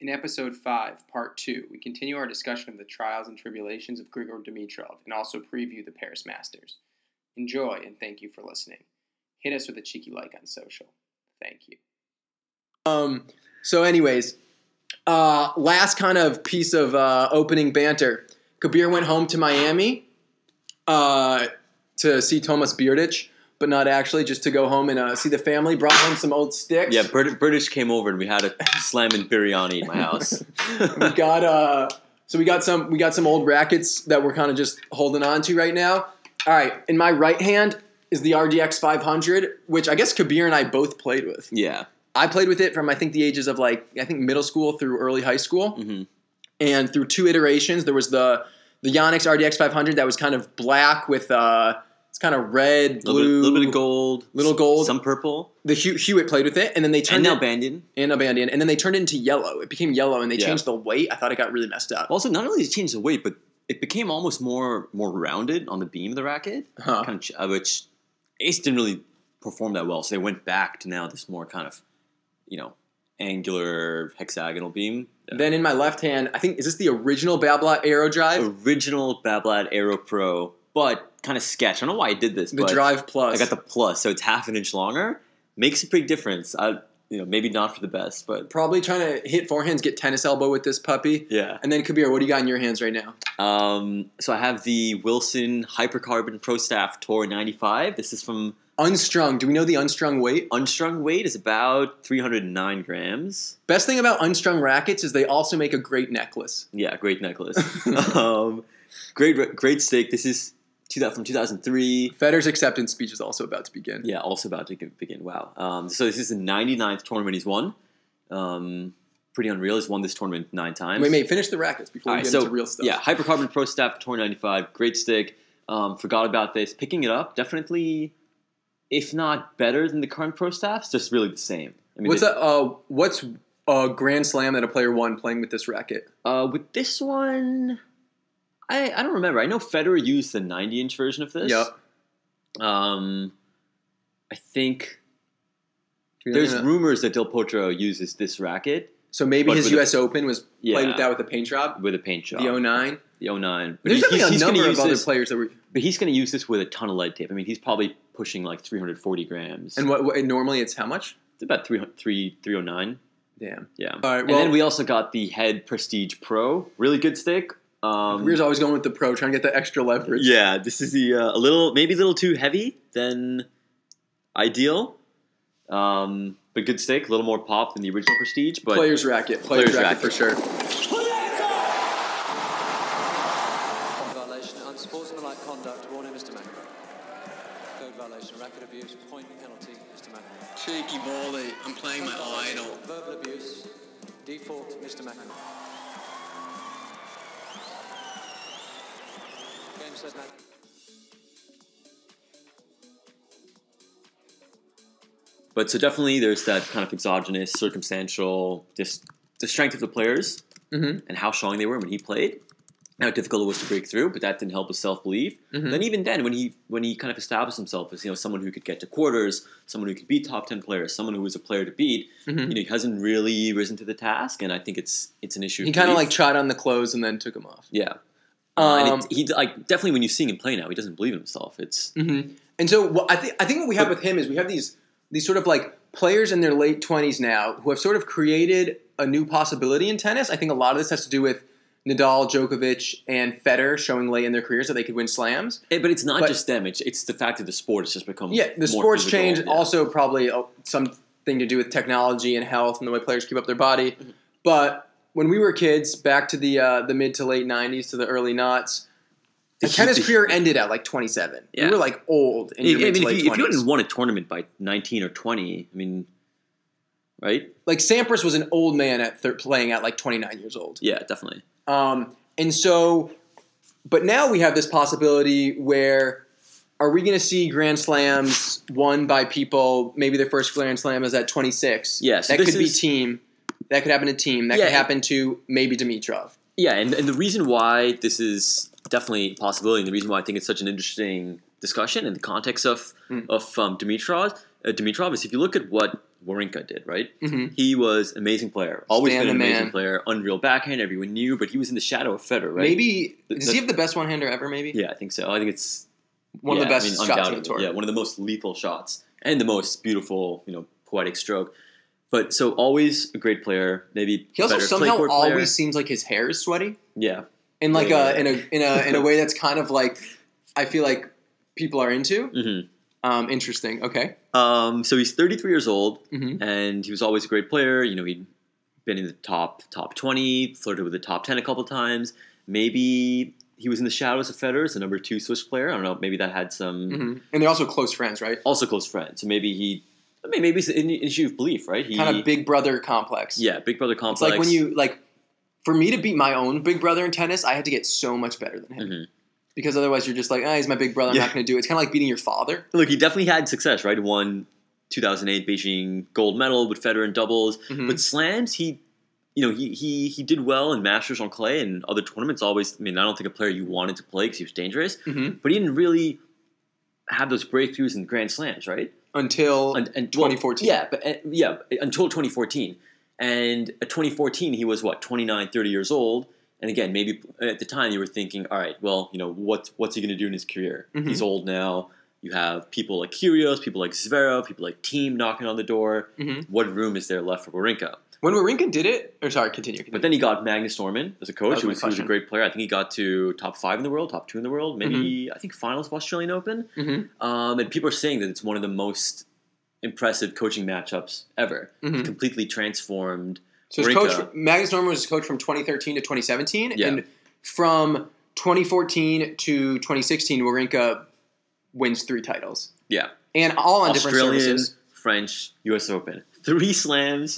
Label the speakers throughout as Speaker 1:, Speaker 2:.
Speaker 1: In episode 5, part 2, we continue our discussion of the trials and tribulations of Grigor Dimitrov and also preview the Paris Masters. Enjoy and thank you for listening. Hit us with a cheeky like on social. Thank you.
Speaker 2: Um, so, anyways, uh, last kind of piece of uh, opening banter. Kabir went home to Miami uh, to see Thomas Beardich, but not actually, just to go home and uh, see the family. Brought home some old sticks.
Speaker 3: Yeah, Brit- British came over and we had a slamming biryani in my house.
Speaker 2: we got uh, so we got some we got some old rackets that we're kind of just holding on to right now. All right, in my right hand is the RDX 500, which I guess Kabir and I both played with.
Speaker 3: yeah.
Speaker 2: I played with it from I think the ages of like I think middle school through early high school,
Speaker 3: Mhm.
Speaker 2: and through two iterations there was the the Yonex RDX 500 that was kind of black with uh it's kind of red,
Speaker 3: A little, bit-
Speaker 2: blue,
Speaker 3: little bit of gold.
Speaker 2: little gold.
Speaker 3: Some purple.
Speaker 2: The Hew- Hewitt played with it, and then they
Speaker 3: And
Speaker 2: turned
Speaker 3: now
Speaker 2: it
Speaker 3: Bandon.
Speaker 2: and abandon, and then they turned it into yellow. It became yellow, and they
Speaker 3: Yeah. Oh,
Speaker 2: changed the weight. I thought it got really messed up.
Speaker 3: Also, not only did it change the weight, but it became almost more more rounded on the beam of the racket.
Speaker 2: Huh.
Speaker 3: Kind of, ch- uh, which Ace didn't really perform that well, so they went back to now this more kind of, you know, angular hexagonal beam. Yeah.
Speaker 2: Then in my left hand, I think is this the original Bablot Aero Drive,
Speaker 3: Oh, original Bablad Aero Pro, but kind of sketch. I don't know why I did this.
Speaker 2: the
Speaker 3: but
Speaker 2: Drive Plus.
Speaker 3: I got the plus, so it's half an inch longer. Makes a big difference. I, you know, maybe not for the best, but
Speaker 2: probably trying to hit forehands, get tennis elbow with this puppy,
Speaker 3: yeah.
Speaker 2: and then Kabir, what do you got in your hands right now?
Speaker 3: Um, so I have the Wilson Hypercarbon Pro Staff Tour 95. This is from
Speaker 2: Unstrung. Do we know the unstrung weight?
Speaker 3: unstrung weight is about 309 grams.
Speaker 2: Best thing about unstrung rackets is they also make a great necklace.
Speaker 3: Yeah, great necklace. um, great, great steak. This is two thou- from 2003.
Speaker 2: Federer's acceptance speech is also about to begin.
Speaker 3: Yeah, also about to get- begin. Wow. Um, so this is the 99th tournament he's won. Um, pretty unreal. He's won this tournament nine times.
Speaker 2: Wait, wait, finish the rackets before
Speaker 3: All
Speaker 2: we
Speaker 3: right,
Speaker 2: get
Speaker 3: so
Speaker 2: into real stuff.
Speaker 3: yeah, Hypercarbon Pro Staff Tour 95, great stick. Um, forgot about this. Picking it up, definitely, if not better than the current Pro Staffs, just really the same. I mean,
Speaker 2: What's
Speaker 3: it-
Speaker 2: a uh, what's a grand slam that a player won playing with this racket?
Speaker 3: Uh, with this one, I I don't remember. I know Federer used the 90 inch version of this.
Speaker 2: Yep.
Speaker 3: Um, I think
Speaker 2: Do you know
Speaker 3: there's
Speaker 2: that?
Speaker 3: rumors that Del Potro uses this racket
Speaker 2: so maybe
Speaker 3: but
Speaker 2: his
Speaker 3: with the-
Speaker 2: U.S. Open was played
Speaker 3: Yeah.
Speaker 2: with that with a paint job.
Speaker 3: with a paint job.
Speaker 2: The 09.
Speaker 3: The 09. But
Speaker 2: There's
Speaker 3: he-
Speaker 2: definitely a
Speaker 3: gonna
Speaker 2: number
Speaker 3: use
Speaker 2: of other
Speaker 3: this-
Speaker 2: players that were.
Speaker 3: But he's going to use this with a ton of lead tape. I mean, he's probably pushing like 340 grams.
Speaker 2: And what, what and normally it's how much?
Speaker 3: It's about 300, 3, 309.
Speaker 2: Damn.
Speaker 3: Yeah.
Speaker 2: All right.
Speaker 3: and
Speaker 2: Well,
Speaker 3: then we also got the Head Prestige Pro. Really good stick. Um,
Speaker 2: Kabir's always going with the pro, trying to get the extra leverage.
Speaker 3: yeah, this is the uh, a little maybe a little too heavy than ideal. Um, but good stick, a little more pop than the original Prestige, but
Speaker 2: players racket, players,
Speaker 3: Players
Speaker 2: racket, for sure.
Speaker 4: Code violation, unsportsmanlike conduct, warning Mr. Macro. Code violation, racket abuse, point penalty, Mr. Macro.
Speaker 5: Cheeky Baldy, I'm playing my idol.
Speaker 4: Verbal abuse, default, Mr. Macro. Game set match.
Speaker 3: but so definitely there's that kind of exogenous, circumstantial, just the strength of the players
Speaker 2: Mhm.
Speaker 3: and how strong they were when he played. and How difficult it was to break through, but that didn't help his self belief.
Speaker 2: Mm-hmm.
Speaker 3: Then even then, when he when he kind of established himself as you know someone who could get to quarters, someone who could be top ten players, someone who was a player to beat,
Speaker 2: Mm-hmm.
Speaker 3: you know, he hasn't really risen to the task, and I think it's it's an issue.
Speaker 2: He kind of like
Speaker 3: belief.
Speaker 2: tried on the clothes and then took them off.
Speaker 3: yeah, Uh,
Speaker 2: Um,
Speaker 3: and it, he like definitely when you see him play now, he doesn't believe in himself. It's
Speaker 2: Mm-hmm. And so what I think I think what we have with him is we have these these sort of like players in their late twenties now who have sort of created a new possibility in tennis. I think a lot of this has to do with Nadal, Djokovic, and Federer showing late in their careers that they could win slams.
Speaker 3: eh, but it's not
Speaker 2: But-
Speaker 3: just them. It's it's the fact that the sport has just become
Speaker 2: Yeah, the
Speaker 3: more
Speaker 2: sports
Speaker 3: physical,
Speaker 2: change
Speaker 3: yeah.
Speaker 2: also probably uh, something to do with technology and health and the way players keep up their body.
Speaker 3: Mm-hmm.
Speaker 2: But when we were kids, back to the uh, the mid to late '90s to the early noughts, the
Speaker 3: The-
Speaker 2: tennis
Speaker 3: the-
Speaker 2: career ended at like 27.
Speaker 3: Yeah.
Speaker 2: We were like old in
Speaker 3: I
Speaker 2: your
Speaker 3: mean,
Speaker 2: mid
Speaker 3: if
Speaker 2: to
Speaker 3: you,
Speaker 2: late
Speaker 3: if
Speaker 2: 20s.
Speaker 3: you hadn't won a tournament by 19 or 20, I mean, right?
Speaker 2: like Sampras was an old man at thir- playing at like 29 years old.
Speaker 3: Yeah, definitely.
Speaker 2: Um, and so, but now we have this possibility where are we going to see Grand Slams won by people? Maybe their first Grand Slam is at 26.
Speaker 3: Yeah, so
Speaker 2: that
Speaker 3: this
Speaker 2: could be
Speaker 3: is-
Speaker 2: team. That could happen to team. That
Speaker 3: Yeah,
Speaker 2: could
Speaker 3: and-
Speaker 2: happen to maybe Dimitrov.
Speaker 3: Yeah, and, and the reason why this is definitely a
Speaker 2: Hmm.
Speaker 3: possibility, and the reason why I think it's such an interesting discussion in the context of of um, Dimitrov uh, Dimitrov is if you look at what Warinka did, right?
Speaker 2: Mhm.
Speaker 3: He was amazing player, always
Speaker 2: Stand
Speaker 3: been an
Speaker 2: the
Speaker 3: amazing
Speaker 2: man.
Speaker 3: player, unreal backhand, everyone knew, but he was in the shadow of Federer, right?
Speaker 2: Maybe
Speaker 3: The-
Speaker 2: does
Speaker 3: the-
Speaker 2: he have the best one hander ever? Maybe
Speaker 3: Yeah, I think so. I think it's
Speaker 2: one
Speaker 3: yeah,
Speaker 2: of the best
Speaker 3: I mean,
Speaker 2: shots on the
Speaker 3: undoubtedly.
Speaker 2: tour.
Speaker 3: Yeah, one of the most lethal shots and the most beautiful, you know, poetic stroke. But so always a great player, maybe
Speaker 2: He also
Speaker 3: better
Speaker 2: somehow
Speaker 3: clay court
Speaker 2: always
Speaker 3: player.
Speaker 2: seems like his hair is sweaty
Speaker 3: yeah
Speaker 2: in like
Speaker 3: Yeah,
Speaker 2: a
Speaker 3: yeah,
Speaker 2: in a in a in a way that's kind of like I feel like people are into.
Speaker 3: hmm
Speaker 2: Um, interesting. Okay.
Speaker 3: Um, so he's 33 years old,
Speaker 2: Mhm.
Speaker 3: and he was always a great player. You know, he'd been in the top top 20, flirted with the top 10 a couple times. Maybe he was in the shadows of Federer as the number two Swiss player. I don't know. Maybe that had some
Speaker 2: hmm And they're also close friends, right?
Speaker 3: also close friends. So maybe he, I mean, maybe it's an issue of belief, right? He,
Speaker 2: Kind of big brother complex.
Speaker 3: yeah, big brother
Speaker 2: It's
Speaker 3: complex.
Speaker 2: like when you like. For me to beat my own big brother in tennis, I had to get so much better than him
Speaker 3: Mhm.
Speaker 2: because otherwise you're just like, ah, he's my big brother. I'm
Speaker 3: Yeah.
Speaker 2: not going to do it. It's kind of like beating your father.
Speaker 3: look, he definitely had success, right? Won 2008 Beijing gold medal with Federer in doubles,
Speaker 2: Mhm.
Speaker 3: but slams he. You know, he, he he did well in Masters on clay and other tournaments. Always, I mean, I don't think a player you wanted to play because he was dangerous,
Speaker 2: Mhm.
Speaker 3: but he didn't really have those breakthroughs in Grand Slams, right?
Speaker 2: until
Speaker 3: And, and well,
Speaker 2: 2014.
Speaker 3: yeah, but uh, yeah, until 2014. And at 2014, he was what 29, 30 years old. And again, maybe uh, at the time you were thinking, all right, well, you know, what's what's he going to do in his career?
Speaker 2: Mhm.
Speaker 3: He's old now. You have people like Kyrgios, people like Zverev, people like Team knocking on the door.
Speaker 2: Mhm.
Speaker 3: What room is there left for Wawrinka?
Speaker 2: When Wawrinka did it, or sorry, continue. continue.
Speaker 3: But then he got Magnus Norman as a coach.
Speaker 2: That was my
Speaker 3: who was, who was a
Speaker 2: question.
Speaker 3: great player. I think he got to top five in the world, top two in the world, maybe
Speaker 2: Mm-hmm.
Speaker 3: I think finals of Australian Open.
Speaker 2: Mhm.
Speaker 3: Um, and people are saying that it's one of the most impressive coaching matchups ever.
Speaker 2: Mhm.
Speaker 3: It completely transformed.
Speaker 2: so his coach,
Speaker 3: Wawrinka-
Speaker 2: Magnus Norman was his coach from 2013 to 2017,
Speaker 3: Yeah.
Speaker 2: and from 2014 Um, to 2016, Wawrinka wins three titles,
Speaker 3: Yeah,
Speaker 2: and all on different
Speaker 3: Australian,
Speaker 2: services.
Speaker 3: French, U.S. Open, three slams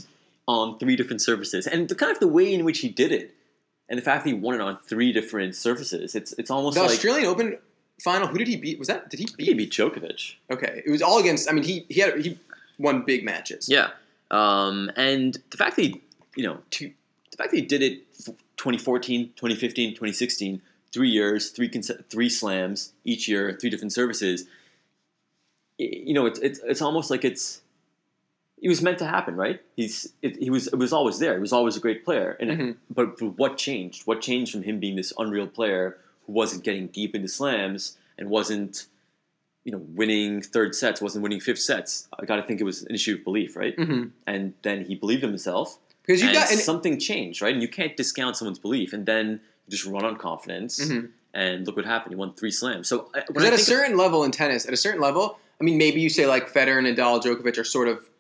Speaker 3: on three different surfaces, and the kind of the way in which he did it, and the fact that he won it on three different surfaces. It's it's almost
Speaker 2: The
Speaker 3: like
Speaker 2: Australian Open final, who did he beat? Was that did he
Speaker 3: he
Speaker 2: beat?
Speaker 3: beat Djokovic.
Speaker 2: Okay, it was all against. I mean, he he had he won big matches.
Speaker 3: Yeah, um, and the fact that he, you know, two, the fact that he did it f- 2014, 2015, 2016, three years, three conse- three slams each year, three different services. y- You know, it's it's it's almost like it's it was meant to happen, right? He's it, he was it was always there. He was always a great player, and
Speaker 2: Mhm.
Speaker 3: but, but what changed? What changed from him being this unreal player who wasn't getting deep into slams and wasn't. You know, winning third sets wasn't winning fifth sets. I got to think it was an issue of belief, right?
Speaker 2: Mhm.
Speaker 3: and then he believed in himself.
Speaker 2: because you
Speaker 3: and
Speaker 2: got and,
Speaker 3: something changed, right? And you can't discount someone's belief and then just run on confidence.
Speaker 2: Mhm.
Speaker 3: And look what happened. He won three slams. So I- when
Speaker 2: Because
Speaker 3: I
Speaker 2: at a
Speaker 3: think-
Speaker 2: certain level in tennis, at a certain level, I mean, maybe you say like Federer, Nadal, Djokovic are sort of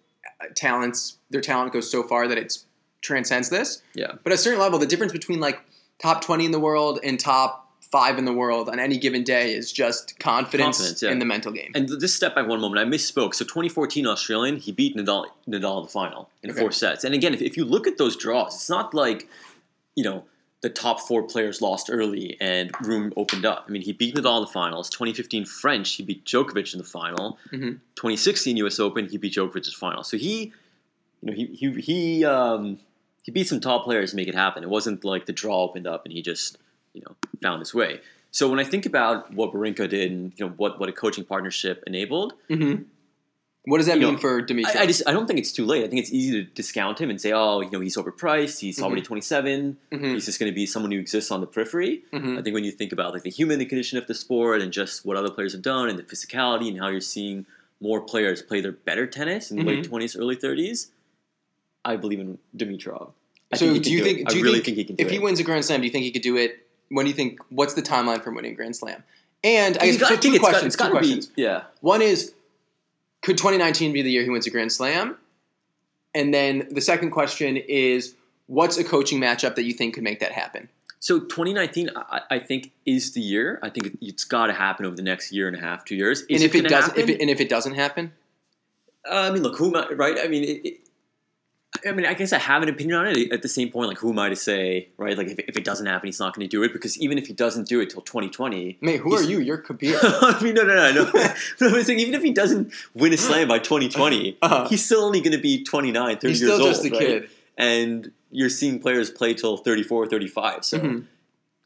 Speaker 2: uh, talents. Their talent goes so far that it transcends this.
Speaker 3: yeah,
Speaker 2: But at a certain level, the difference between like top twenty in the world and top five in the world on any given day is just confidence,
Speaker 3: Confidence, yeah.
Speaker 2: in the mental game.
Speaker 3: and just step back one moment. I misspoke. So 2014 Australian, he beat Nadal Nadal in the final in
Speaker 2: Okay.
Speaker 3: four sets. And again, if, if you look at those draws, it's not like you know the top four players lost early and room opened up. I mean, he beat Nadal in the finals. 2015 French, he beat Djokovic in the final.
Speaker 2: Mhm.
Speaker 3: 2016 U.S. Open, he beat Djokovic in the final. So he, you know, he he he um, he beat some top players to make it happen. It wasn't like the draw opened up and he just you know found his way. So when I think about what Barinko did and you know what what a coaching partnership enabled,
Speaker 2: Mhm. What does that
Speaker 3: You
Speaker 2: mean
Speaker 3: know,
Speaker 2: for Dimitrov?
Speaker 3: I, I just I don't think it's too late. I think it's easy to discount him and say, oh, you know, he's overpriced. He's already
Speaker 2: Mm-hmm.
Speaker 3: 27.
Speaker 2: Mhm.
Speaker 3: He's just going to be someone who exists on the periphery.
Speaker 2: Mhm.
Speaker 3: I think when you think about like the human condition of the sport and just what other players have done and the physicality and how you're seeing more players play their better tennis in the
Speaker 2: Mm-hmm.
Speaker 3: late 20s, early 30s, I believe in Dimitrov. I
Speaker 2: so
Speaker 3: he
Speaker 2: do
Speaker 3: can
Speaker 2: you
Speaker 3: it.
Speaker 2: think? Do
Speaker 3: I
Speaker 2: you
Speaker 3: really
Speaker 2: think,
Speaker 3: think he can?
Speaker 2: if
Speaker 3: do
Speaker 2: he
Speaker 3: it.
Speaker 2: wins a Grand Slam, do you think he could do it? When do you think? What's the timeline from winning a Grand Slam? And I
Speaker 3: He's
Speaker 2: guess
Speaker 3: got-
Speaker 2: so
Speaker 3: I
Speaker 2: two
Speaker 3: think it's got-
Speaker 2: questions.
Speaker 3: it's
Speaker 2: two
Speaker 3: gotta be-
Speaker 2: questions.
Speaker 3: yeah.
Speaker 2: One is, could 2019 be the year he wins a Grand Slam? And then the second question is, what's a coaching matchup that you think could make that happen?
Speaker 3: So 2019, I, I think, is the year. I think it's got to happen over the next year and a half, two years.
Speaker 2: and
Speaker 3: Is
Speaker 2: if it
Speaker 3: gonna
Speaker 2: doesn't, if
Speaker 3: happen?
Speaker 2: it, and if it doesn't happen,
Speaker 3: Uh, I mean, look, who am I, right? I mean, it, it, I mean, I guess I have an opinion on it. At the same point, like, who am I to say, right? Like, if, if it doesn't happen, he's not going to do it because even if he doesn't do it till 2020,
Speaker 2: mate, who
Speaker 3: He's-
Speaker 2: are you? You're Kabir.
Speaker 3: I mean, no, no, no, no. But I was saying, even if he doesn't win a slam by 2020,
Speaker 2: Uh-huh.
Speaker 3: he's still only going to be 29, 30
Speaker 2: He's
Speaker 3: years
Speaker 2: still
Speaker 3: old.
Speaker 2: just a
Speaker 3: right?
Speaker 2: kid.
Speaker 3: And you're seeing players play till 34, 35. So
Speaker 2: Mhm.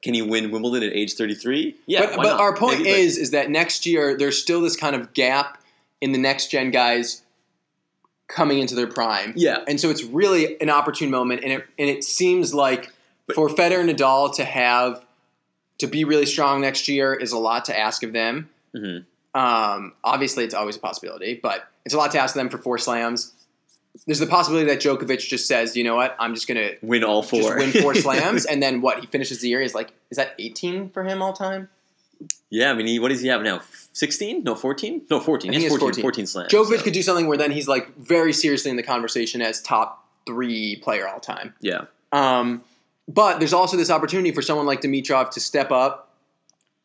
Speaker 3: can he win Wimbledon at age 33? Yeah.
Speaker 2: but
Speaker 3: why
Speaker 2: but
Speaker 3: not?
Speaker 2: our point
Speaker 3: Maybe, but-
Speaker 2: is, is that next year there's still this kind of gap in the next gen guys coming into their prime.
Speaker 3: Yeah.
Speaker 2: And so it's really an opportune moment, and it and it seems like
Speaker 3: But-
Speaker 2: for Federer and Nadal to have to be really strong next year is a lot to ask of them.
Speaker 3: Mhm.
Speaker 2: Um, obviously, it's always a possibility, but it's a lot to ask them for four slams. There's the possibility that Djokovic just says, "You know what? I'm just gonna
Speaker 3: Win all four.
Speaker 2: just win four slams," and then what? He finishes the year. He's like, "Is that 18 for him all time?"
Speaker 3: yeah, I mean, he, what does he have now? 16? No, 14? No, 14.
Speaker 2: I
Speaker 3: He
Speaker 2: think
Speaker 3: has
Speaker 2: it's 14.
Speaker 3: 14, 14 slams.
Speaker 2: Djokovic
Speaker 3: so-
Speaker 2: could do something where then he's like very seriously in the conversation as top three player all time.
Speaker 3: Yeah.
Speaker 2: Um, but there's also this opportunity for someone like Dimitrov to step up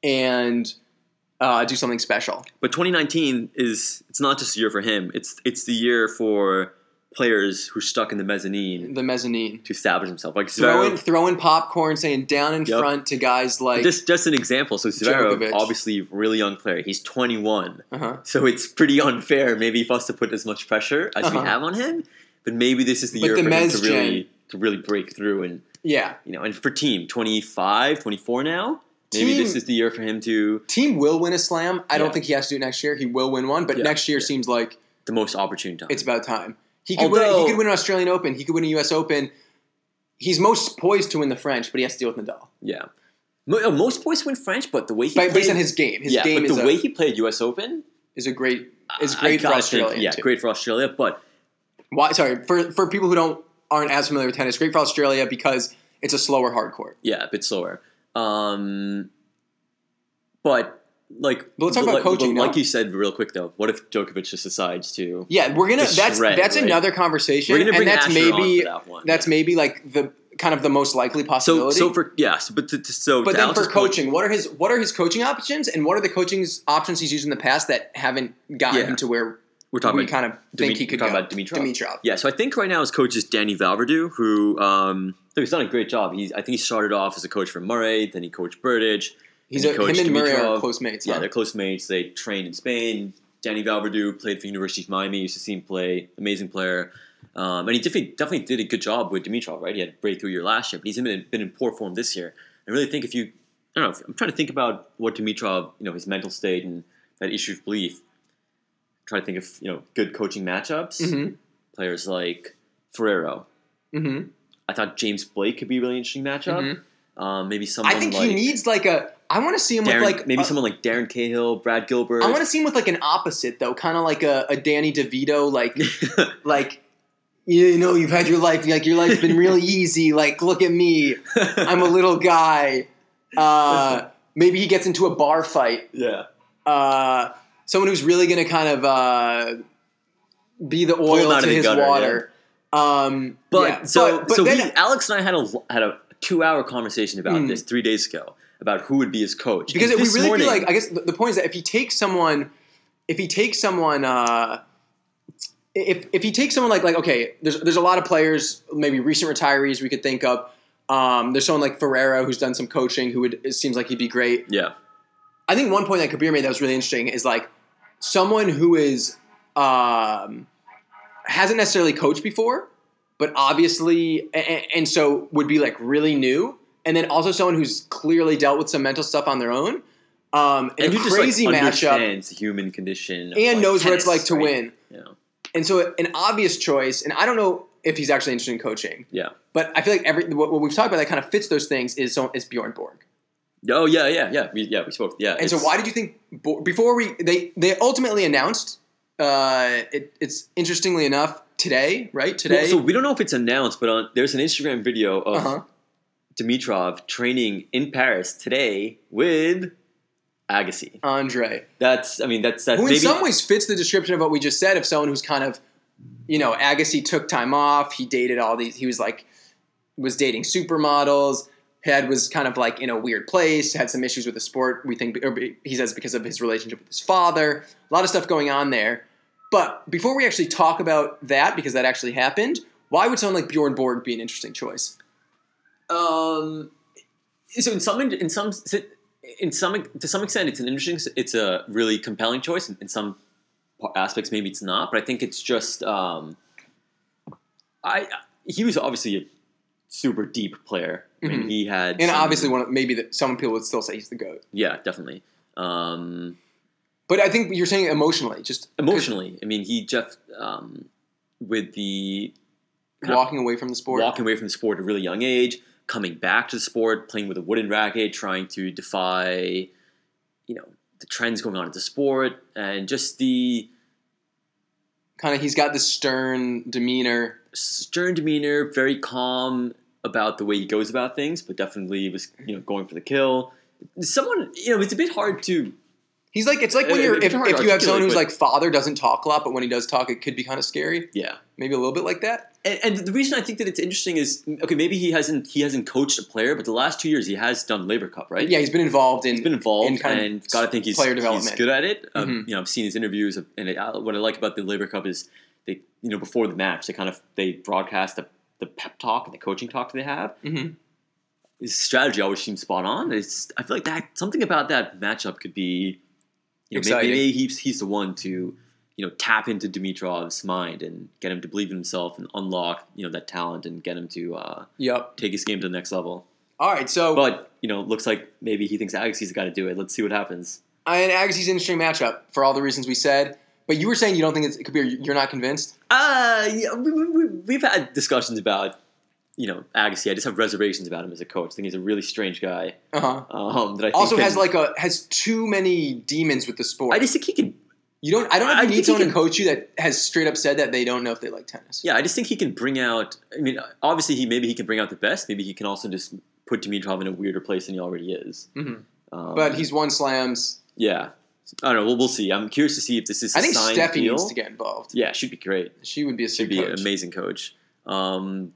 Speaker 2: and uh, do something special.
Speaker 3: But 2019 is it's not just a year for him. It's it's the year for players who are stuck in the mezzanine
Speaker 2: The mezzanine.
Speaker 3: to establish themselves. Like
Speaker 2: Throwing,
Speaker 3: Zverev,
Speaker 2: throwing popcorn, saying down in
Speaker 3: Yep.
Speaker 2: front to guys like.
Speaker 3: just just an example. So Zverev,
Speaker 2: Djokovic.
Speaker 3: obviously really young player. He's 21.
Speaker 2: uh-huh.
Speaker 3: So it's pretty unfair, maybe, for us to put as much pressure as
Speaker 2: Uh-huh.
Speaker 3: we have on him. But maybe this is the
Speaker 2: But
Speaker 3: year
Speaker 2: the
Speaker 3: for
Speaker 2: Mez
Speaker 3: him to really to really break through and
Speaker 2: Yeah.
Speaker 3: you know, and for team 25, 24 now. Maybe
Speaker 2: Team-
Speaker 3: this is the year for him to
Speaker 2: Team will win a slam. I don't
Speaker 3: Yeah.
Speaker 2: think he has to do it next year. He will win one, but
Speaker 3: Yeah,
Speaker 2: next year
Speaker 3: yeah.
Speaker 2: seems like
Speaker 3: the most opportune time.
Speaker 2: it's about time. He could, win,
Speaker 3: Although-
Speaker 2: he could win an Australian Open. He could win a U.S. Open. He's most poised to win the French, but he has to deal with Nadal.
Speaker 3: yeah. Mo- uh, Most boys win French, but the way he
Speaker 2: Ba-
Speaker 3: played,
Speaker 2: Based on his game, his
Speaker 3: yeah,
Speaker 2: game
Speaker 3: but
Speaker 2: is
Speaker 3: the
Speaker 2: a,
Speaker 3: way he played U.S. Open
Speaker 2: is a great is
Speaker 3: I
Speaker 2: great for
Speaker 3: gotta
Speaker 2: Australia.
Speaker 3: Think, yeah,
Speaker 2: too.
Speaker 3: great for Australia, but
Speaker 2: Why? Sorry for for people who don't aren't as familiar with tennis. Great for Australia because it's a slower hard court.
Speaker 3: yeah, a bit slower. Um, but like,
Speaker 2: But let's talk about
Speaker 3: like,
Speaker 2: coaching
Speaker 3: Like
Speaker 2: now.
Speaker 3: you said, real quick though, what if Djokovic just decides to?
Speaker 2: Yeah, we're gonna
Speaker 3: The
Speaker 2: that's
Speaker 3: shred,
Speaker 2: that's
Speaker 3: right?
Speaker 2: another conversation,
Speaker 3: We're gonna bring
Speaker 2: and that's
Speaker 3: Asher on
Speaker 2: maybe
Speaker 3: for that one.
Speaker 2: that's maybe like the kind of the most likely
Speaker 3: so
Speaker 2: possibility.
Speaker 3: so for yeah, so, but to, to, so
Speaker 2: but
Speaker 3: to
Speaker 2: then
Speaker 3: Alex's
Speaker 2: for
Speaker 3: point-
Speaker 2: coaching, what are his what are his coaching options, and what are the coaching options he's used in the past that haven't gotten
Speaker 3: Yeah.
Speaker 2: him to where
Speaker 3: we're talking
Speaker 2: we
Speaker 3: about
Speaker 2: kind of think
Speaker 3: Dimi-
Speaker 2: he could
Speaker 3: talking
Speaker 2: go?
Speaker 3: about Dimitrov. Yeah, so I think right now his coach is Danny Valverde, who um, look, he's done a great job. He's I think he started off as a coach for Murray, then he coached Burdage.
Speaker 2: he's
Speaker 3: he
Speaker 2: a, him and
Speaker 3: coached
Speaker 2: Murray are
Speaker 3: Dimitrov.
Speaker 2: close mates.
Speaker 3: Yeah,
Speaker 2: huh?
Speaker 3: they're close mates. They trained in Spain. Danny Valverde played for University of Miami. Used to see him play. Amazing player. Um, and he definitely, definitely did a good job with Dimitrov, right? He had a breakthrough year last year, but he's been in, been in poor form this year. I really think if you, I don't know, if- I'm trying to think about what Dimitrov, you know, his mental state and that issue of belief. Try to think of, you know, good coaching matchups.
Speaker 2: Mhm.
Speaker 3: Players like Ferrero.
Speaker 2: Mhm.
Speaker 3: I thought James Blake could be a really interesting matchup. Um, maybe someone
Speaker 2: Mm-hmm. I think
Speaker 3: like
Speaker 2: he needs like a. I want to see him
Speaker 3: Darren,
Speaker 2: with like
Speaker 3: maybe
Speaker 2: a-
Speaker 3: someone like Darren Cahill, Brad Gilbert.
Speaker 2: I want to see him with like an opposite though, kind of like a, a Danny DeVito, like like you know you've had your life, like your life's been really easy. Like look at me, I'm a little guy. Uh, maybe he gets into a bar fight.
Speaker 3: yeah.
Speaker 2: Uh, someone who's really gonna kind of uh, be the
Speaker 3: him
Speaker 2: oil
Speaker 3: out
Speaker 2: to
Speaker 3: of the
Speaker 2: his
Speaker 3: gutter,
Speaker 2: water. Um,
Speaker 3: But
Speaker 2: yeah,
Speaker 3: so
Speaker 2: but, but
Speaker 3: so
Speaker 2: then,
Speaker 3: we, Alex and I had a had a two hour conversation about
Speaker 2: Mm.
Speaker 3: this three days ago about who would be his coach
Speaker 2: because
Speaker 3: And
Speaker 2: if we
Speaker 3: this
Speaker 2: really
Speaker 3: morning,
Speaker 2: feel like I guess the, the point is that if he takes someone, if he takes someone, uh, if if he takes someone like like okay, there's there's a lot of players, maybe recent retirees we could think of. Um, there's someone like Ferrero who's done some coaching who would it seems like he'd be great.
Speaker 3: yeah
Speaker 2: I think one point that Kabir made that was really interesting is like someone who is um, hasn't necessarily coached before, but obviously and, and so would be like really new, and then also someone who's clearly dealt with some mental stuff on their own. Um, and,
Speaker 3: and
Speaker 2: a
Speaker 3: who just
Speaker 2: crazy
Speaker 3: like
Speaker 2: matchup
Speaker 3: understands the human condition of,
Speaker 2: and
Speaker 3: like,
Speaker 2: knows what it's
Speaker 3: tennis,
Speaker 2: like to
Speaker 3: right?
Speaker 2: win. And so an obvious choice, and I don't know if he's actually interested in coaching,
Speaker 3: yeah
Speaker 2: but I feel like every what, what we've talked about that kind of fits those things is so is Bjorn Borg.
Speaker 3: yeah oh yeah yeah yeah we, yeah we spoke yeah
Speaker 2: And so, why did you think Bo- before we they they ultimately announced? Uh, it, it's interestingly enough today, right? Today,
Speaker 3: well, so we don't know if it's announced but on, there's an Instagram video of
Speaker 2: uh-huh.
Speaker 3: Dimitrov training in Paris today with Agassi
Speaker 2: Andre,
Speaker 3: that's I mean that's that's
Speaker 2: Uh. who
Speaker 3: maybe
Speaker 2: in some ways fits the description of what we just said of someone who's kind of, you know, Agassi took time off. He dated all these. He was like, was dating supermodels. Had was kind of like in a weird place. Had some issues with the sport. We think or he says because of his relationship with his father. A lot of stuff going on there. But before we actually talk about that, because that actually happened, why would someone like Bjorn Borg be an interesting choice?
Speaker 3: um, so in some in some in some to some extent it's an interesting it's a really compelling choice in, in some pa- aspects maybe it's not but i think it's just um, i he was obviously a super deep player I mean,
Speaker 2: Mhm.
Speaker 3: he had
Speaker 2: And
Speaker 3: some-
Speaker 2: obviously, one of, maybe that some people would still say he's the goat.
Speaker 3: yeah definitely um,
Speaker 2: But I think you're saying emotionally, just
Speaker 3: emotionally i mean he jeff um, with the kind of
Speaker 2: Walking away from the sport.
Speaker 3: walking away from the sport at a really young age, coming back to the sport, playing with a wooden racket, trying to defy, you know, the trends going on in the sport, and just the
Speaker 2: Kind of, he's got this stern demeanor.
Speaker 3: stern demeanor, very calm about the way he goes about things, but definitely was you know going for the kill. Someone, you know, it's a bit hard to
Speaker 2: He's like it's like when
Speaker 3: Uh,
Speaker 2: you're
Speaker 3: it's
Speaker 2: if,
Speaker 3: hard to
Speaker 2: if you have someone
Speaker 3: articulate,
Speaker 2: who's
Speaker 3: but-
Speaker 2: like father doesn't talk a lot, but when he does talk, it could be kind of scary.
Speaker 3: yeah.
Speaker 2: Maybe a little bit like that.
Speaker 3: And, and the reason I think that it's interesting is okay, maybe he hasn't he hasn't coached a player, but the last two years he has done Labor Cup, right?
Speaker 2: Yeah, he's been involved in.
Speaker 3: he's been involved
Speaker 2: and
Speaker 3: and,
Speaker 2: kind of
Speaker 3: gotta think he's,
Speaker 2: player
Speaker 3: he's
Speaker 2: development.
Speaker 3: good at it. Um,
Speaker 2: Mhm.
Speaker 3: You know, I've seen his interviews, of- and I, what I like about the Labor Cup is they, you know, before the match, they kind of they broadcast the, the pep talk and the coaching talk they have.
Speaker 2: Mhm.
Speaker 3: His strategy always seems spot on. It's I feel like that something about that matchup could be, you know,
Speaker 2: Exciting.
Speaker 3: maybe, maybe he's he's the one to. You know, tap into Dimitrov's mind and get him to believe in himself and unlock you know that talent and get him to uh,
Speaker 2: yep.
Speaker 3: take his game to the next level.
Speaker 2: All right, so
Speaker 3: But you know, looks like maybe he thinks Agassi's got to do it. Let's see what happens.
Speaker 2: and Agassiz's an interesting matchup for all the reasons we said. But you were saying you don't think it's, it could be. You're not convinced.
Speaker 3: Uh, yeah, we, we, we- we've had discussions about, you know, Agassi. I just have reservations about him as a coach. I think he's a really strange guy.
Speaker 2: Uh huh.
Speaker 3: Um, that I think
Speaker 2: Also
Speaker 3: can-
Speaker 2: has like a has too many demons with the sport.
Speaker 3: I just think he can.
Speaker 2: you don't. I don't know if
Speaker 3: I
Speaker 2: you need
Speaker 3: think he
Speaker 2: someone to
Speaker 3: can-
Speaker 2: coach you that has straight up said that they don't know if they like tennis.
Speaker 3: Yeah, I just think he can bring out. I mean, obviously he maybe he can bring out the best. Maybe he can also just put Dimitrov in a weirder place than he already is.
Speaker 2: Mhm.
Speaker 3: Um,
Speaker 2: But he's won slams.
Speaker 3: yeah, I don't know. We'll, we'll see. I'm curious to see if this is.
Speaker 2: I think
Speaker 3: a signed
Speaker 2: Steffi
Speaker 3: deal.
Speaker 2: needs to get involved.
Speaker 3: Yeah, she'd be great.
Speaker 2: She would be a sick
Speaker 3: should be
Speaker 2: coach.
Speaker 3: an amazing coach. Um,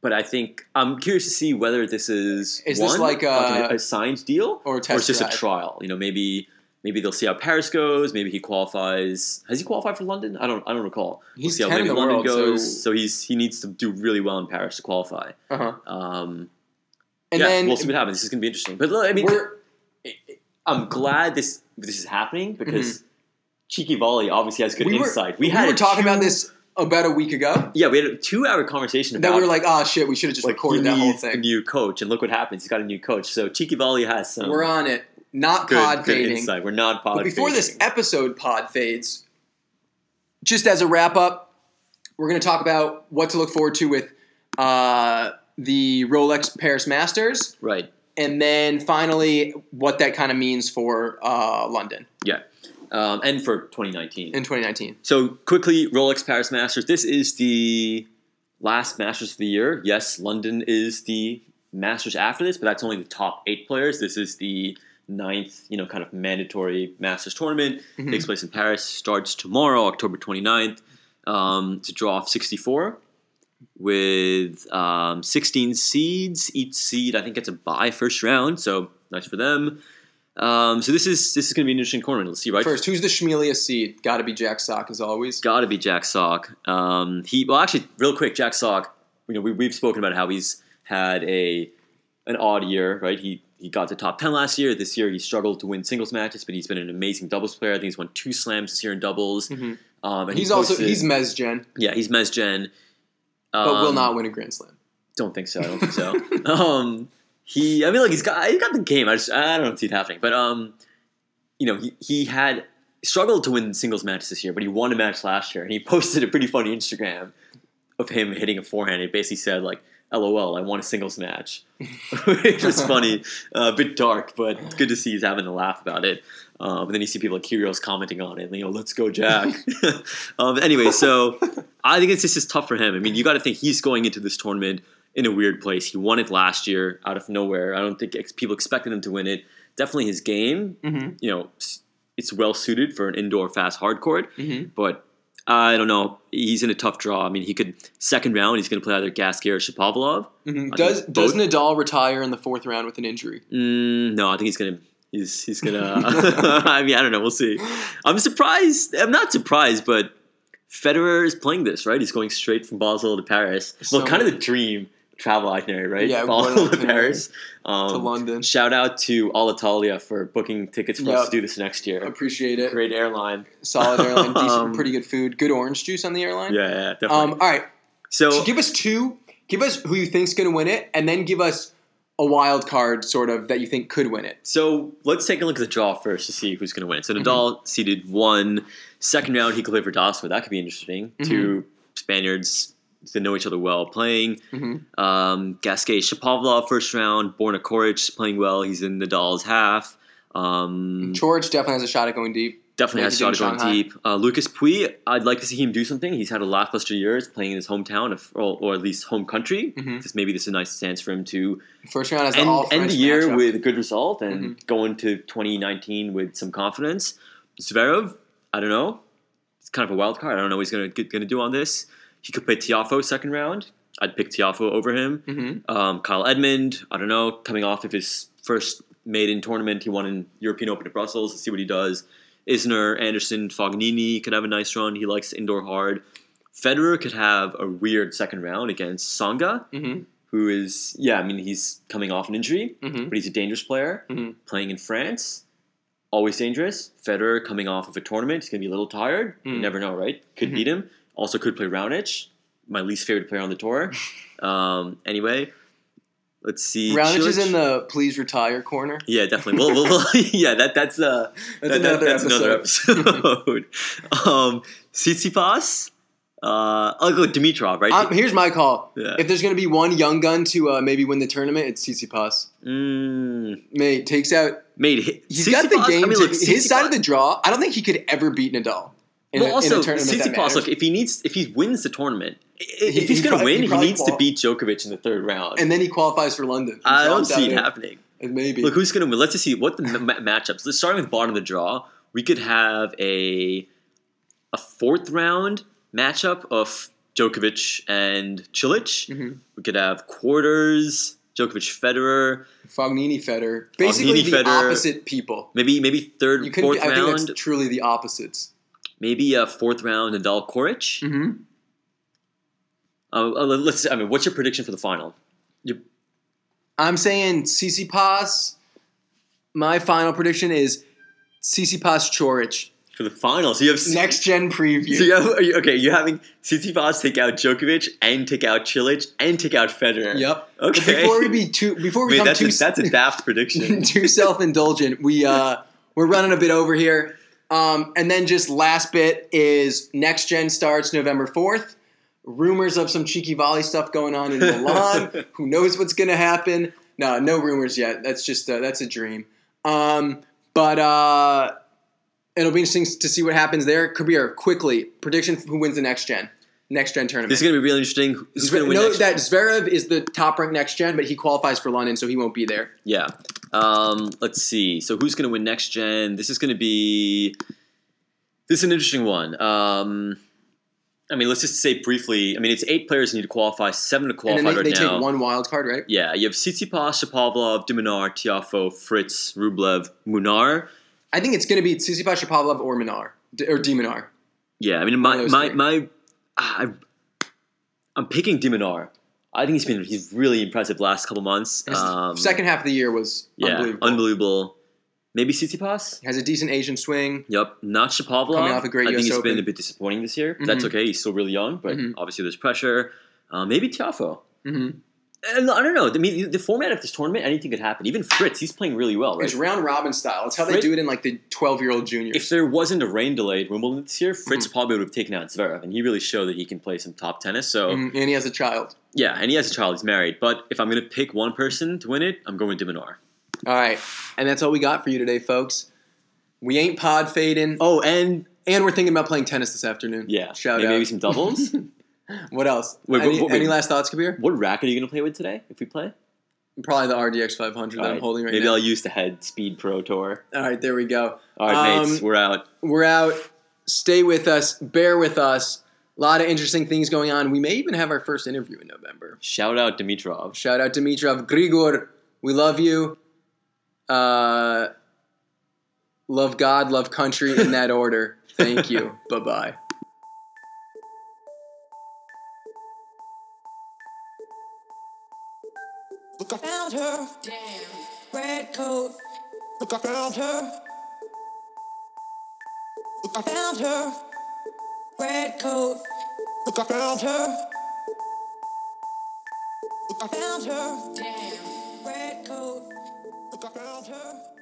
Speaker 3: but I think I'm curious to see whether this is
Speaker 2: Is this
Speaker 3: one,
Speaker 2: like a-
Speaker 3: a signed deal
Speaker 2: or a test
Speaker 3: it's just
Speaker 2: drive?
Speaker 3: a trial. You know, maybe maybe they'll see how Paris goes. Maybe he qualifies. Has he qualified for London? I don't I don't recall. We'll
Speaker 2: He's
Speaker 3: see how
Speaker 2: 10 in
Speaker 3: maybe
Speaker 2: the
Speaker 3: London
Speaker 2: world,
Speaker 3: goes.
Speaker 2: so-
Speaker 3: So, he's he needs to do really well in Paris to qualify.
Speaker 2: Uh-huh.
Speaker 3: Um,
Speaker 2: And
Speaker 3: yeah,
Speaker 2: then
Speaker 3: we'll see what happens. This is going to be interesting. But look, I mean,
Speaker 2: we're
Speaker 3: I'm glad this this is happening because Cheeky Volley obviously has good
Speaker 2: Mm-hmm. we were,
Speaker 3: insight.
Speaker 2: we,
Speaker 3: we had
Speaker 2: were
Speaker 3: a
Speaker 2: talking about
Speaker 3: two-
Speaker 2: this about a week ago.
Speaker 3: Yeah, we had a two hour conversation about
Speaker 2: That we were like, oh shit, we should have just
Speaker 3: like
Speaker 2: recorded
Speaker 3: he
Speaker 2: that whole
Speaker 3: needs a
Speaker 2: thing.
Speaker 3: new coach, and look what happens. He's got a new coach. So Cheeky Volley has some
Speaker 2: We're on it. Not
Speaker 3: good,
Speaker 2: pod
Speaker 3: good
Speaker 2: fading.
Speaker 3: insight. We're not pod
Speaker 2: But before this
Speaker 3: fading.
Speaker 2: episode pod fades, just as a wrap up, we're going to talk about what to look forward to with uh, the Rolex Paris Masters,
Speaker 3: right?
Speaker 2: and then finally what that kind of means for uh, London
Speaker 3: Yeah, um, and for 2019.
Speaker 2: in 2019.
Speaker 3: so quickly, Rolex Paris Masters. This is the last Masters of the year. Yes, London is the Masters after this, but that's only the top eight players. This is the ninth, you know, kind of mandatory Masters tournament. Takes place in Paris. Starts tomorrow, October 29th. Um, it's a draw of 64 with um, 16 seeds. Each seed, I think, gets a bye first round. So nice for them. Um, so this is this is going to be an interesting tournament. Let's see, right?
Speaker 2: First, who's the Schmelia seed? Got to be Jack Sock as always.
Speaker 3: got to be Jack Sock. Um, he well, actually, real quick, Jack Sock. You know, we, we've spoken about how he's had a an odd year, right? He he got to top ten last year. This year, he struggled to win singles matches, but he's been an amazing doubles player. I think he's won two slams this year in doubles.
Speaker 2: Mhm.
Speaker 3: Um, and he
Speaker 2: He's also
Speaker 3: posted-
Speaker 2: he's Mez Gen,
Speaker 3: yeah, he's Mez Gen,
Speaker 2: but will
Speaker 3: Um,
Speaker 2: not win a Grand Slam.
Speaker 3: Don't think so. I don't think so. um, he, I mean, like he's got, he got the game. I just, I don't see it happening. But um, you know, he he had struggled to win singles matches this year, but he won a match last year, and he posted a pretty funny Instagram of him hitting a forehand. It basically said like, "LOL, I won a singles match," which was funny, uh, a bit dark, but good to see he's having a laugh about it. Um, and then you see people like Kyrgios commenting on it, and, you know, "Let's go, Jack." um, anyway, so I think it's just it's tough for him. I mean, you got to think he's going into this tournament in a weird place. He won it last year out of nowhere. I don't think ex- people expected him to win it. Definitely his game,
Speaker 2: Mhm.
Speaker 3: you know, s- it's well suited for an indoor fast hard court.
Speaker 2: Mhm.
Speaker 3: But I don't know. He's in a tough draw. I mean, he could second round. He's going to play either Gasquet or Shapovalov.
Speaker 2: Mhm.
Speaker 3: I
Speaker 2: Does
Speaker 3: think
Speaker 2: does
Speaker 3: both-
Speaker 2: Nadal retire in the fourth round with an injury?
Speaker 3: Mm, no, I think he's gonna. He's he's gonna. I mean, I don't know. We'll see. I'm surprised. I'm not surprised, but Federer is playing this right. He's going straight from Basel to Paris.
Speaker 2: So-
Speaker 3: well, kind of the dream travel itinerary, right?
Speaker 2: Yeah,
Speaker 3: Basel
Speaker 2: what
Speaker 3: to
Speaker 2: an
Speaker 3: Paris, um,
Speaker 2: to London.
Speaker 3: Shout out to Alitalia for booking tickets for
Speaker 2: Yep.
Speaker 3: us to do this next year.
Speaker 2: Appreciate it.
Speaker 3: Great airline.
Speaker 2: Solid airline, decent,
Speaker 3: Um,
Speaker 2: pretty good food, good orange juice on the airline.
Speaker 3: Yeah, yeah, definitely.
Speaker 2: Um, all right,
Speaker 3: so
Speaker 2: so give us two. Give us who you think's going to win it, and then give us a wild card sort of that you think could win it.
Speaker 3: So let's take a look at the draw first to see who's going to win. So Nadal seeded one. Second round, he could play for Daswa. That could be interesting. Two Spaniards that know each other well playing.
Speaker 2: Mhm.
Speaker 3: Um, Gasquet Shapovalov, first round. Borna Koric playing well. He's in Nadal's half. Um,
Speaker 2: George definitely has a shot at going deep.
Speaker 3: definitely
Speaker 2: Yeah,
Speaker 3: has
Speaker 2: he did
Speaker 3: shot going
Speaker 2: Shanghai.
Speaker 3: deep. Uh, Lucas Pui, I'd like to see him do something. He's had a lackluster year. He's playing in his hometown, if, or, or at least home country.
Speaker 2: Mhm.
Speaker 3: Just maybe this is a nice chance for him to
Speaker 2: First round has the
Speaker 3: end,
Speaker 2: all French
Speaker 3: end the year
Speaker 2: matchup. Mm-hmm.
Speaker 3: with a good result and go into 2019 with some confidence. Zverev, I don't know. It's kind of a wild card. I don't know what he's going to going to do on this. He could play Tiafo second round. I'd pick Tiafo over him.
Speaker 2: Mhm.
Speaker 3: Um, Kyle Edmund, I don't know. Coming off of his first maiden tournament, he won in European Open at Brussels. Let's see what he does. Isner, Anderson, Fognini could have a nice run. He likes indoor hard. Federer could have a weird second round against Sanga
Speaker 2: Mhm.
Speaker 3: who is yeah, I mean he's coming off an injury,
Speaker 2: Mhm.
Speaker 3: but he's a dangerous player
Speaker 2: Mhm.
Speaker 3: playing in France. Always dangerous. Federer coming off of a tournament, he's gonna be a little tired. You
Speaker 2: Mm.
Speaker 3: never know, right? Could beat him. Also could play Raonic, my least favorite player on the tour. um, anyway, let's see.
Speaker 2: Raonic is
Speaker 3: Cilic-
Speaker 2: in the please retire corner.
Speaker 3: yeah, definitely. Well, well, well yeah, that that's uh,
Speaker 2: That's
Speaker 3: that- that-
Speaker 2: another
Speaker 3: that's another episode. um, Tsitsipas, uh, I'll go Dimitrov, right?
Speaker 2: I'm, Um, here's my call.
Speaker 3: Yeah.
Speaker 2: If there's going to be one young gun to uh, maybe win the tournament, it's Tsitsipas.
Speaker 3: Mm.
Speaker 2: Mate takes out.
Speaker 3: made hit.
Speaker 2: He's got the
Speaker 3: Tsitsipas-
Speaker 2: game.
Speaker 3: I mean,
Speaker 2: to-
Speaker 3: look,
Speaker 2: his side of
Speaker 3: Tsitsipas-
Speaker 2: the draw. I don't think he could ever beat Nadal. In
Speaker 3: well,
Speaker 2: a, in
Speaker 3: also
Speaker 2: a tournament that
Speaker 3: Tsitsipas.
Speaker 2: matters.
Speaker 3: Look, if he needs, if he wins the tournament, i- i- if
Speaker 2: He-
Speaker 3: he's
Speaker 2: he
Speaker 3: going to
Speaker 2: prob- he
Speaker 3: win, he
Speaker 2: probably
Speaker 3: needs to
Speaker 2: qual-
Speaker 3: beat Djokovic in the third round.
Speaker 2: and then he qualifies for London.
Speaker 3: I don't
Speaker 2: Drops out
Speaker 3: see it
Speaker 2: of-
Speaker 3: happening.
Speaker 2: and Maybe.
Speaker 3: Look, who's going to win? Let's just see what the ma- ma- matchups. Let's start with bottom of the draw. We could have a a fourth round matchup of Djokovic and Cilic.
Speaker 2: Mhm.
Speaker 3: We could have quarters. Djokovic, Federer,
Speaker 2: Fognini Federer. Basically the
Speaker 3: Federer.
Speaker 2: opposite people.
Speaker 3: maybe maybe third,
Speaker 2: You could
Speaker 3: fourth
Speaker 2: I think
Speaker 3: round,
Speaker 2: that's truly the opposites.
Speaker 3: maybe a fourth round Nadal, Koric.
Speaker 2: Mm-hmm.
Speaker 3: Uh, uh, let- let's. I mean, what's your prediction for the final?
Speaker 2: I'm saying Tsitsipas. My final prediction is Tsitsipas Chorich.
Speaker 3: For the final, so you have C-
Speaker 2: Next gen preview.
Speaker 3: So you have, are you, okay, you're having Tsitsipas take out Djokovic and take out Cilic and take out Federer.
Speaker 2: Yep. But
Speaker 3: Okay.
Speaker 2: Before we be too before we
Speaker 3: Man,
Speaker 2: become
Speaker 3: that's,
Speaker 2: too
Speaker 3: a, that's a daft prediction.
Speaker 2: too self indulgent, we uh we're running a bit over here. Um, and then just last bit is next gen starts November fourth. Rumors of some cheeky volley stuff going on in Milan. Who knows what's gonna happen? No, no rumors yet. That's just uh, that's a dream. Um, but uh, it'll be interesting to see what happens there. Kabir, quickly prediction for who wins the next gen next gen tournament.
Speaker 3: this is going to be really interesting. Who's going to win
Speaker 2: Zver-
Speaker 3: next?
Speaker 2: Note that Zverev is the top ranked next gen, but he qualifies for London, so he won't be there.
Speaker 3: yeah. Um, let's see. So who's going to win next gen? This is going to be. This is an interesting one. Um, I mean, let's just say briefly. I mean, it's eight players who need to qualify, seven to
Speaker 2: And
Speaker 3: qualify
Speaker 2: then they,
Speaker 3: right
Speaker 2: they
Speaker 3: now.
Speaker 2: take one wild card, right?
Speaker 3: Yeah, you have Tsitsipas, Shapovalov, Diminar, Tiafo, Fritz, Rublev, Munar.
Speaker 2: I think it's going to be Tsitsipas, Shapovalov, or Minar D- or Diminar.
Speaker 3: Yeah, I mean,
Speaker 2: of
Speaker 3: my
Speaker 2: those
Speaker 3: my,
Speaker 2: three.
Speaker 3: my I, I'm picking Diminar. I think he's been he's really impressive last couple months.
Speaker 2: His
Speaker 3: Um,
Speaker 2: second half of the year was
Speaker 3: yeah,
Speaker 2: unbelievable.
Speaker 3: unbelievable. Maybe Tsitsipas.
Speaker 2: Has a decent Asian swing.
Speaker 3: Yep, not Shapovalov.
Speaker 2: Coming off a great
Speaker 3: I think
Speaker 2: US
Speaker 3: he's been
Speaker 2: Open.
Speaker 3: a bit disappointing this year. but That's
Speaker 2: Mhm.
Speaker 3: okay. He's still really young, but
Speaker 2: Mhm.
Speaker 3: obviously there's pressure. Uh, maybe Tiafo.
Speaker 2: Mhm.
Speaker 3: And I don't know. I mean, the format of this tournament, anything could happen. Even Fritz, he's playing really well, right?
Speaker 2: It's round robin style. It's how they
Speaker 3: Frit-
Speaker 2: do it in like the twelve year old
Speaker 3: if
Speaker 2: juniors.
Speaker 3: there wasn't a rain delay at Wimbledon this year, Fritz
Speaker 2: Mm-hmm.
Speaker 3: probably would have taken out Zverev, and he really showed that he can play some top tennis. So
Speaker 2: Mm, and he has a child.
Speaker 3: yeah, and he has a child; he's married. But if I'm going to pick one person to win it, I'm going with Diminar.
Speaker 2: All right, and that's all we got for you today, folks. We ain't pod fading. Oh,
Speaker 3: Oh, and
Speaker 2: and we're thinking about playing tennis this afternoon.
Speaker 3: yeah,
Speaker 2: shout
Speaker 3: maybe,
Speaker 2: out.
Speaker 3: maybe some doubles.
Speaker 2: What else?
Speaker 3: Wait,
Speaker 2: any,
Speaker 3: what- what-
Speaker 2: any last thoughts, Kabir?
Speaker 3: what racket are you going to play with today? If we play,
Speaker 2: Probably the RDX 500 that I'm
Speaker 3: Alright,
Speaker 2: holding right
Speaker 3: maybe
Speaker 2: now.
Speaker 3: I'll use the Head Speed Pro Tour.
Speaker 2: All right, there we go.
Speaker 3: All right,
Speaker 2: Um,
Speaker 3: mates, we're out.
Speaker 2: we're out. Stay with us. Bear with us. A lot of interesting things going on. We may even have our first interview in November.
Speaker 3: Shout out Dimitrov.
Speaker 2: Shout out Dimitrov Grigor. We love you. Uh, love God, love country in that order. Thank you. bye bye.
Speaker 6: Look, I found her. Damn. Red coat. Look, I found her. Look, I found her. Red coat. Look, I found her. Look, I found her. Damn. Red coat. Look, I found her.